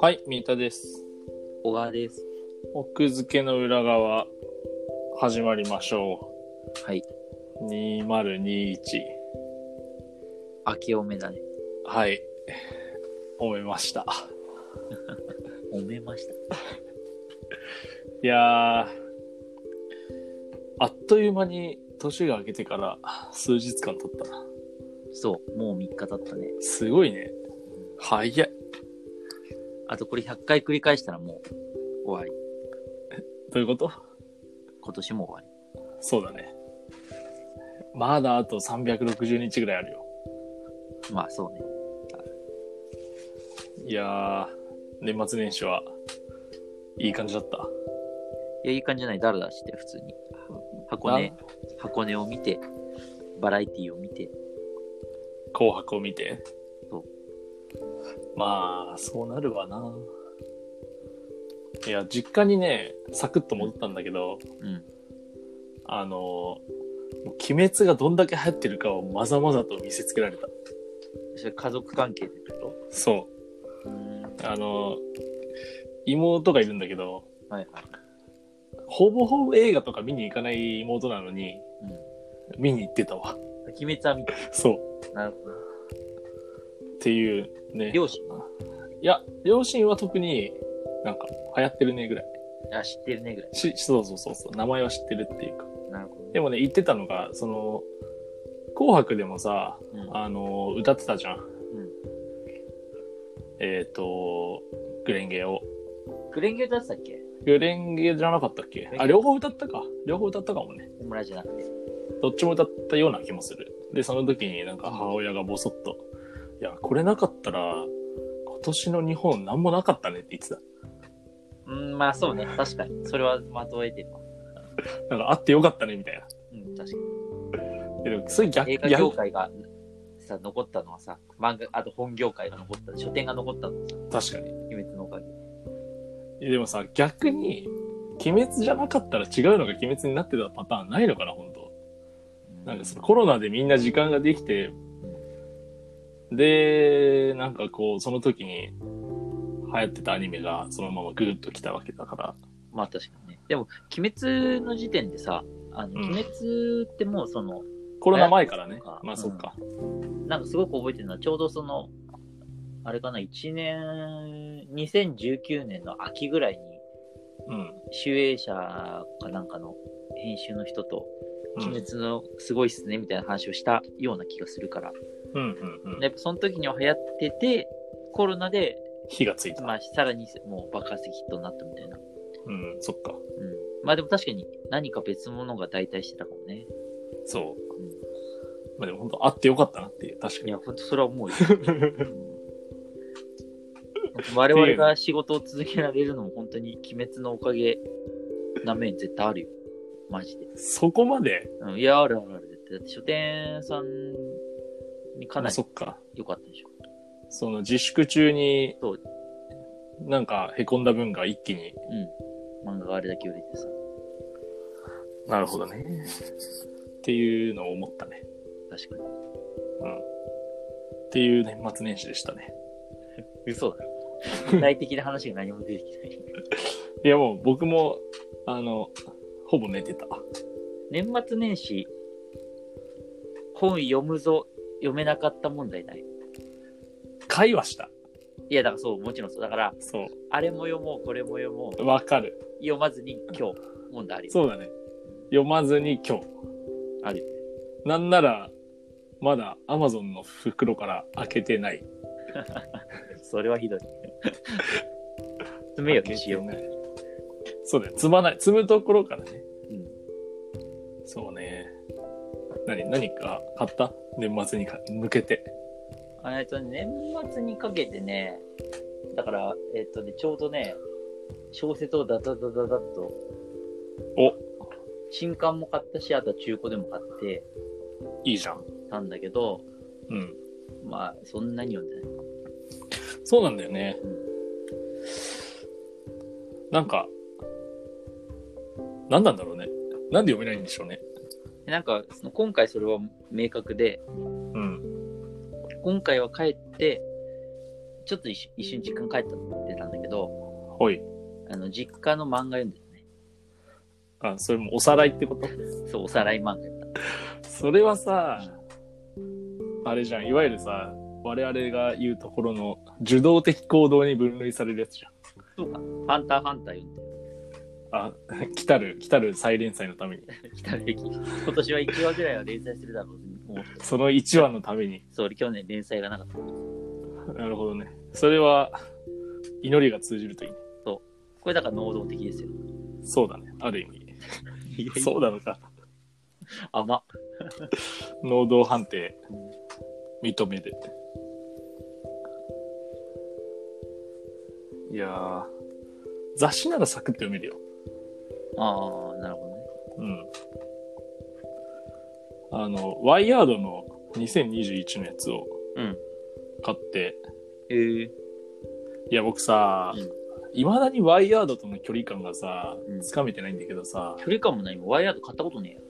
はい、三田です。小川です。奥付けの裏側、始まりましょはい。う。2021。明けおめだね。はい。思いました。おめました。いやー、あっという間に年が明けてから数日間経ったな。そう、もう3日経ったね。すごいね。早い。あとこれ100回繰り返したらもう終わどういうことり。今年も終わそうだね。まだあと360日ぐらいあるよ。り。まあそうね。いやー、年末年始はいい感じだった。いや、いい感じじゃない。だらだらして、普通に。箱根な、箱根を見て、バラエティを見て。紅白を見て。そうまあ、そうなるわな。いや、実家にね、サクッと戻ったんだけど、うん。あの、もう鬼滅がどんだけ流行ってるかをまざまざと見せつけられた。それ家族関係ってこそとうん。はう。あの、妹がいるんだけど、いはい。ほぼほぼ映画とか見に行かない妹なのに、うん。見に行ってたわ。鬼滅は見て。そう。なるほど。っていうね。両親はいや、両親は特になんか流行ってるねぐらい。や、知ってるねぐらい。し、そうそうそうそう、名前は知ってるっていうか。なるほど、ね。でもね、言ってたのが、その、紅白でもさ、うん、あの、歌ってたじゃん。えっ、と、グレンゲを。クレンゲ歌ってたっけグレンゲじゃなかったっけあ、両方歌ったか。両方歌ったかもね。小村じゃなくて。どっちも歌ったような気もする。で、その時になんか母親がボソッと、いや、これなかったら、今年の日本なんもなかったねって言ってた。うん、まあそうね。確かに。それはまとえてるわ。なんかあってよかったねみたいな。うん、確かに。ででも、それ逆、映画逆業界がさ残ったのはさ漫画あと本業界が残った書店が残ったのはさ確かに。鬼滅のおかげえでもさ逆に鬼滅じゃなかったら違うのが鬼滅になってたパターンないのかな本当なんかそのコロナでみんな時間ができてでなんかこうその時に流行ってたアニメがそのままグーッと来たわけだからまあ確かにねでも鬼滅の時点でさあのうん鬼滅ってもうその、コロナ前からね流行ってたのかまあそっか、なんかすごく覚えてるのはちょうどそのあれかな1年2019年の秋ぐらいにうん集英社かなんかの編集の人と「うん鬼滅のすごいっすね」みたいな話をしたような気がするから、うんうんうんやっぱその時には流行っててコロナで火がついた、まあ、さらにもう爆発的ヒットになったみたいな。うん。うんそっかまあでも確かに何か別物が代替してたかもね。そううん、まあでも本当あってよかったなっていう確かいにや、ほんとそれは思うよ。うん我々が仕事を続けられるのも本当に鬼滅のおかげな面絶対あるよ。マジで。そこまでうん、いや、あるあるある。だって書店さんにかまなあそりっか良かったでしょ。その自粛中にそう、なんか凹んだ分が一気に。漫画があれだけ売れてさ。なるほどね。っていうのを思ったね。確かに。うん。っていう年末年始でしたね。嘘だ。具体的な話が何も出てきない。いやもう僕も、あの、ほぼ寝てた。年末年始、本読むぞ、読めなかった問題ない。会話した。いや、だからそう、もちろんそう。だから、そあれも読もう、これも読もう、う。わかる。読まずに今日、問題あるよ。そうだね。読まずに今日。あるよ。なんなら、まだ Amazon の袋から開けてない。それは ひどい。詰めよう開にけしてよう。ない。そうだよ。積まない。積むところからね。うん、そうね。何、何か買った年末にか向けて。あえっと、年末にかけてね、だから、えっとね、ちょうどね、小説をダダダダダッと、お新刊も買ったし、あとは中古でも買っていいじゃん。たんだけど、うん。まあ、そんなに読んでない。そうなんだよね。なんか、なんなんだろうね。なんで読めないんでしょうね。でなんか、その今回それは明確で、うん。今回は帰って、ちょっと一瞬一瞬実家に帰ったってたんだけど、ほい。あの、実家の漫画読んでたね。あ、それもおさらいってことそう、おさらい漫画やっそれはさた。、あれじゃん。いわゆるさ、我々が言うところの受動的行動に分類されるやつじゃん。そうか、ハンターハンター読んでる。あ、 来たる、来たる再連載のために。 来たるべき。 今年は1話ぐらいは連載するだろうと思って。その1話のために。そう、俺去年連載がなかった。なるほどね。それは、祈りが通じるといいね。これだから能動的ですよ。そうだね。ある意味。そうだのか。甘っ。能動判定、認める。いやー、雑誌ならサクッと読めるよ。ああ、なるほどね。うん。あの、ワイヤードの2021のやつをうん。買って、えー、いや、僕さうん、いま、だにワイヤードとの距離感がさうん、つかめてないんだけどさ、距離感もない。もうワイヤード買ったことねえよ。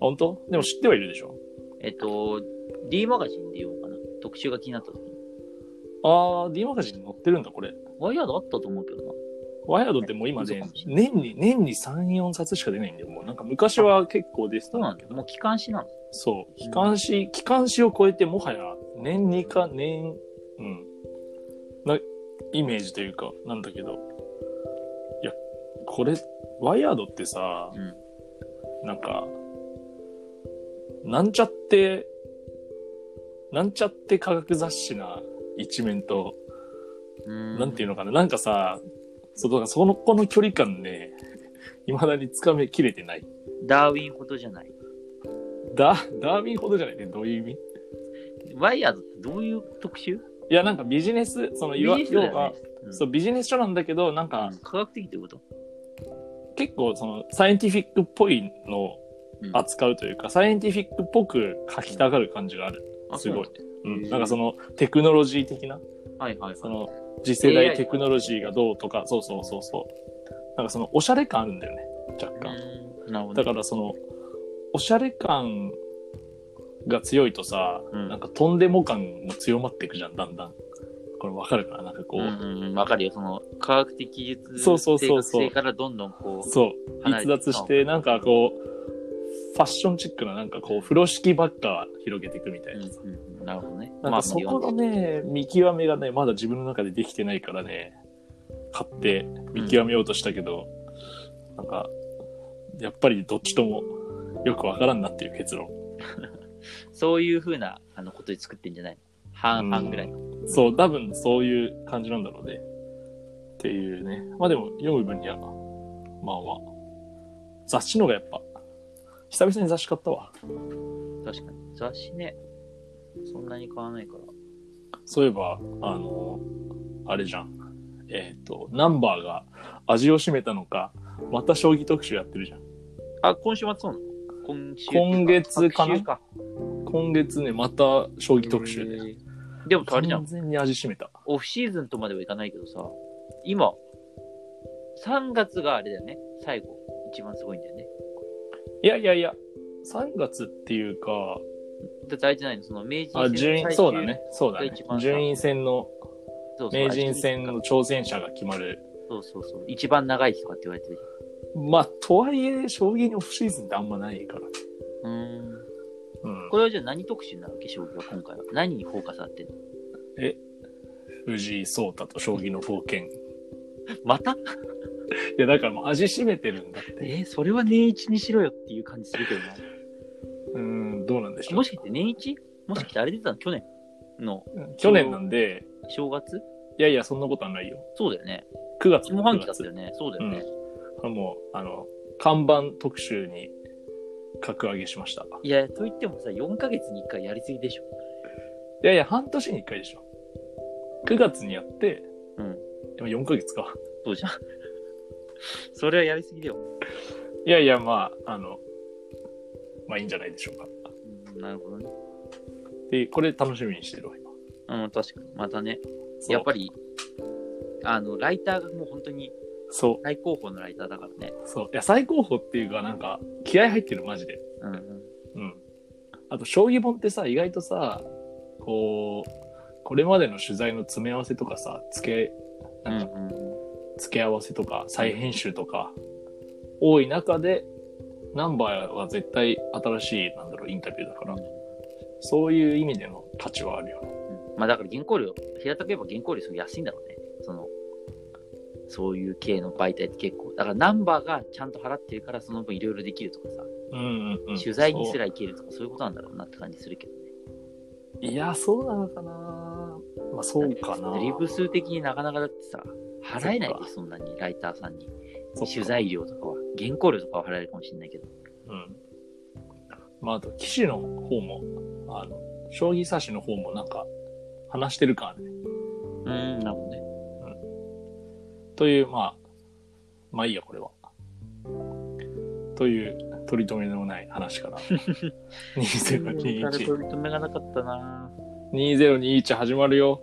本当でも知ってはいるでしょえっと、D マガジンで言おうかな。特集が気になった時に。あー、D マガジンに載ってるんだ、これ。ワイヤードあったと思うけどな。ワイヤードってもう今ねそうかも、しれ年に、年に3、4冊しか出ないんだよ。もうなんか昔は結構出てたそうなんんだだよ。けもど。う機関誌なの。そう。機関誌、機関誌を超えてもはや、年2か、年、うん。な、イメージというか、なんだけど。いや、これ、ワイヤードってさ、うんなんか、なんちゃって、なんちゃって科学雑誌な一面と、うーんなんていうののかな、なんかさ、そうだからそのこの距離感ね、 いまだにつかめきれてない。ダーウィンほどじゃない。ダダーウィンほどじゃないね、どういう意味ワイヤードってどういう特集いや、なんかビジネス、その、いわビジネ要スだよねは、うんそう、ビジネス書なんだけど、なんか、科学的ということ結構、その、サイエンティフィックっぽいのをうん扱うというか、サイエンティフィックっぽく書きたがる感じがある。あすごいそううん。なんかその、テクノロジー的な、なんだはいはいはい。その、次世代 AI テクノロジーがどうとか、そうそうそうそう。なんかその、おしゃれ感あるんだよね、若干。うーんなるほだどね。からそのおしゃれ感が強いとさ、うんなんかとんでも感も強まっていくじゃんだんだんこれわかるかななんかこう、うんうんうん、わかるよ。その科学的技術そうそうそうそう正確性からどんどんこう。そう離れ逸脱てしてなんかこうファッションチックななんかこう風呂敷ばっか広げていくみたいなさ、うんうんうんなるほどね。なんかそこのね見極めがねまだ自分の中でできてないからね買って見極めようとしたけど、なんかやっぱりどっちともよくわからんなっていう結論そういうふうなあのことで作ってんじゃないの半々ぐらいの。そう、多分そういう感じなんだろうね。っていうね。まあでも読む分には、まあまあ。雑誌のがやっぱ、久々に雑誌買ったわ。確かに。雑誌ね、そんなに買わないから。そういえば、あの、あれじゃん。えっ、と、ナンバーが味を占めたのか、また将棋特集やってるじゃん。あ、今週末そうなの今週今月かな隔週か今月ね、また将棋特集へで。ーでもさあれじゃ完ん。全に味占めた。オフシーズンとまではいかないけどさ、今、3月があれだよね。最後。一番すごいんだよね。いやいやいや、3月っていうか、だってあれじゃないのその明治あ、順位、そうだ。ね。そうだねが一番。さ順位戦の、そうそう名人戦の挑戦者が決まるそうそうそう。一番長い日とかって言われてるまあ、とはいえ、将棋にオフシーズンってあんまないから。じゃん。うん。うんこ。れはじゃあ何特集になるわけ将棋は今回は。何にフォーカスあってんの藤井聡太と将棋の冒険。いまたや、だからもう味しめてるんだって。えーそれは年一にしろよっていう感じする けどな。うん、どうなんでしょもう。しかして年一もしかしてあれ出てたの去年の去年なんで、正月いやいや、そんなことはないよ。そうだよね。 9月下半期だった9よね。そうだよね。月もう、あの、看板特集に格上げしました。いいや、といってもさ、4ヶ月に1回やりすぎでしょ。やいや、半年に1回でしょ。9月にやって、うん。でも4ヶ月か。そうじゃん。 それはやりすぎだよ。いやいや、まあ、あの、まあいいんじゃないでしょうか。うんなるほどね。で、これ楽しみにしてるわ、今。うん、確かに。またね。やっぱり、り、あの、ライターがもう本当にそ最高峰のライターだからね。う、そう。いや、最高峰っていうか、なんか、気合入ってる、マジで。うんうん。あと、将棋本ってさ、意外とさ、こう、これまでの取材の詰め合わせとかさ、付け、うなんんか、付け合わせとか、再編集とか、多い中で、ナンバーは絶対新しい、なんだろう、インタビューだから、そういう意味での価値はあるよね。うんまあだから原稿料、平たく言えば原稿料すごい安いんだろうね。その、そういう系の媒体って結構。だからナンバーがちゃんと払ってるからその分いろいろできるとかさ、うんうんうん。取材にすら行けるとかそういうことなんだろうなって感じするけどね。そういや、そうなのかなまあ、そうかなドリブ数的になかなかだってさ、払えないでそんなにライターさんに。そっか取材料とかは、原稿料とかは払えるかもしれないけど。うん。まあ、あと、騎士の方も、あの、将棋指しの方もなんか、話してる感あるね。うん、なる ほどね。という、まあ、まあいいや、これは。という、取り留めのない話 から。うん誰2021。と認めがなかったな2021始まるよ。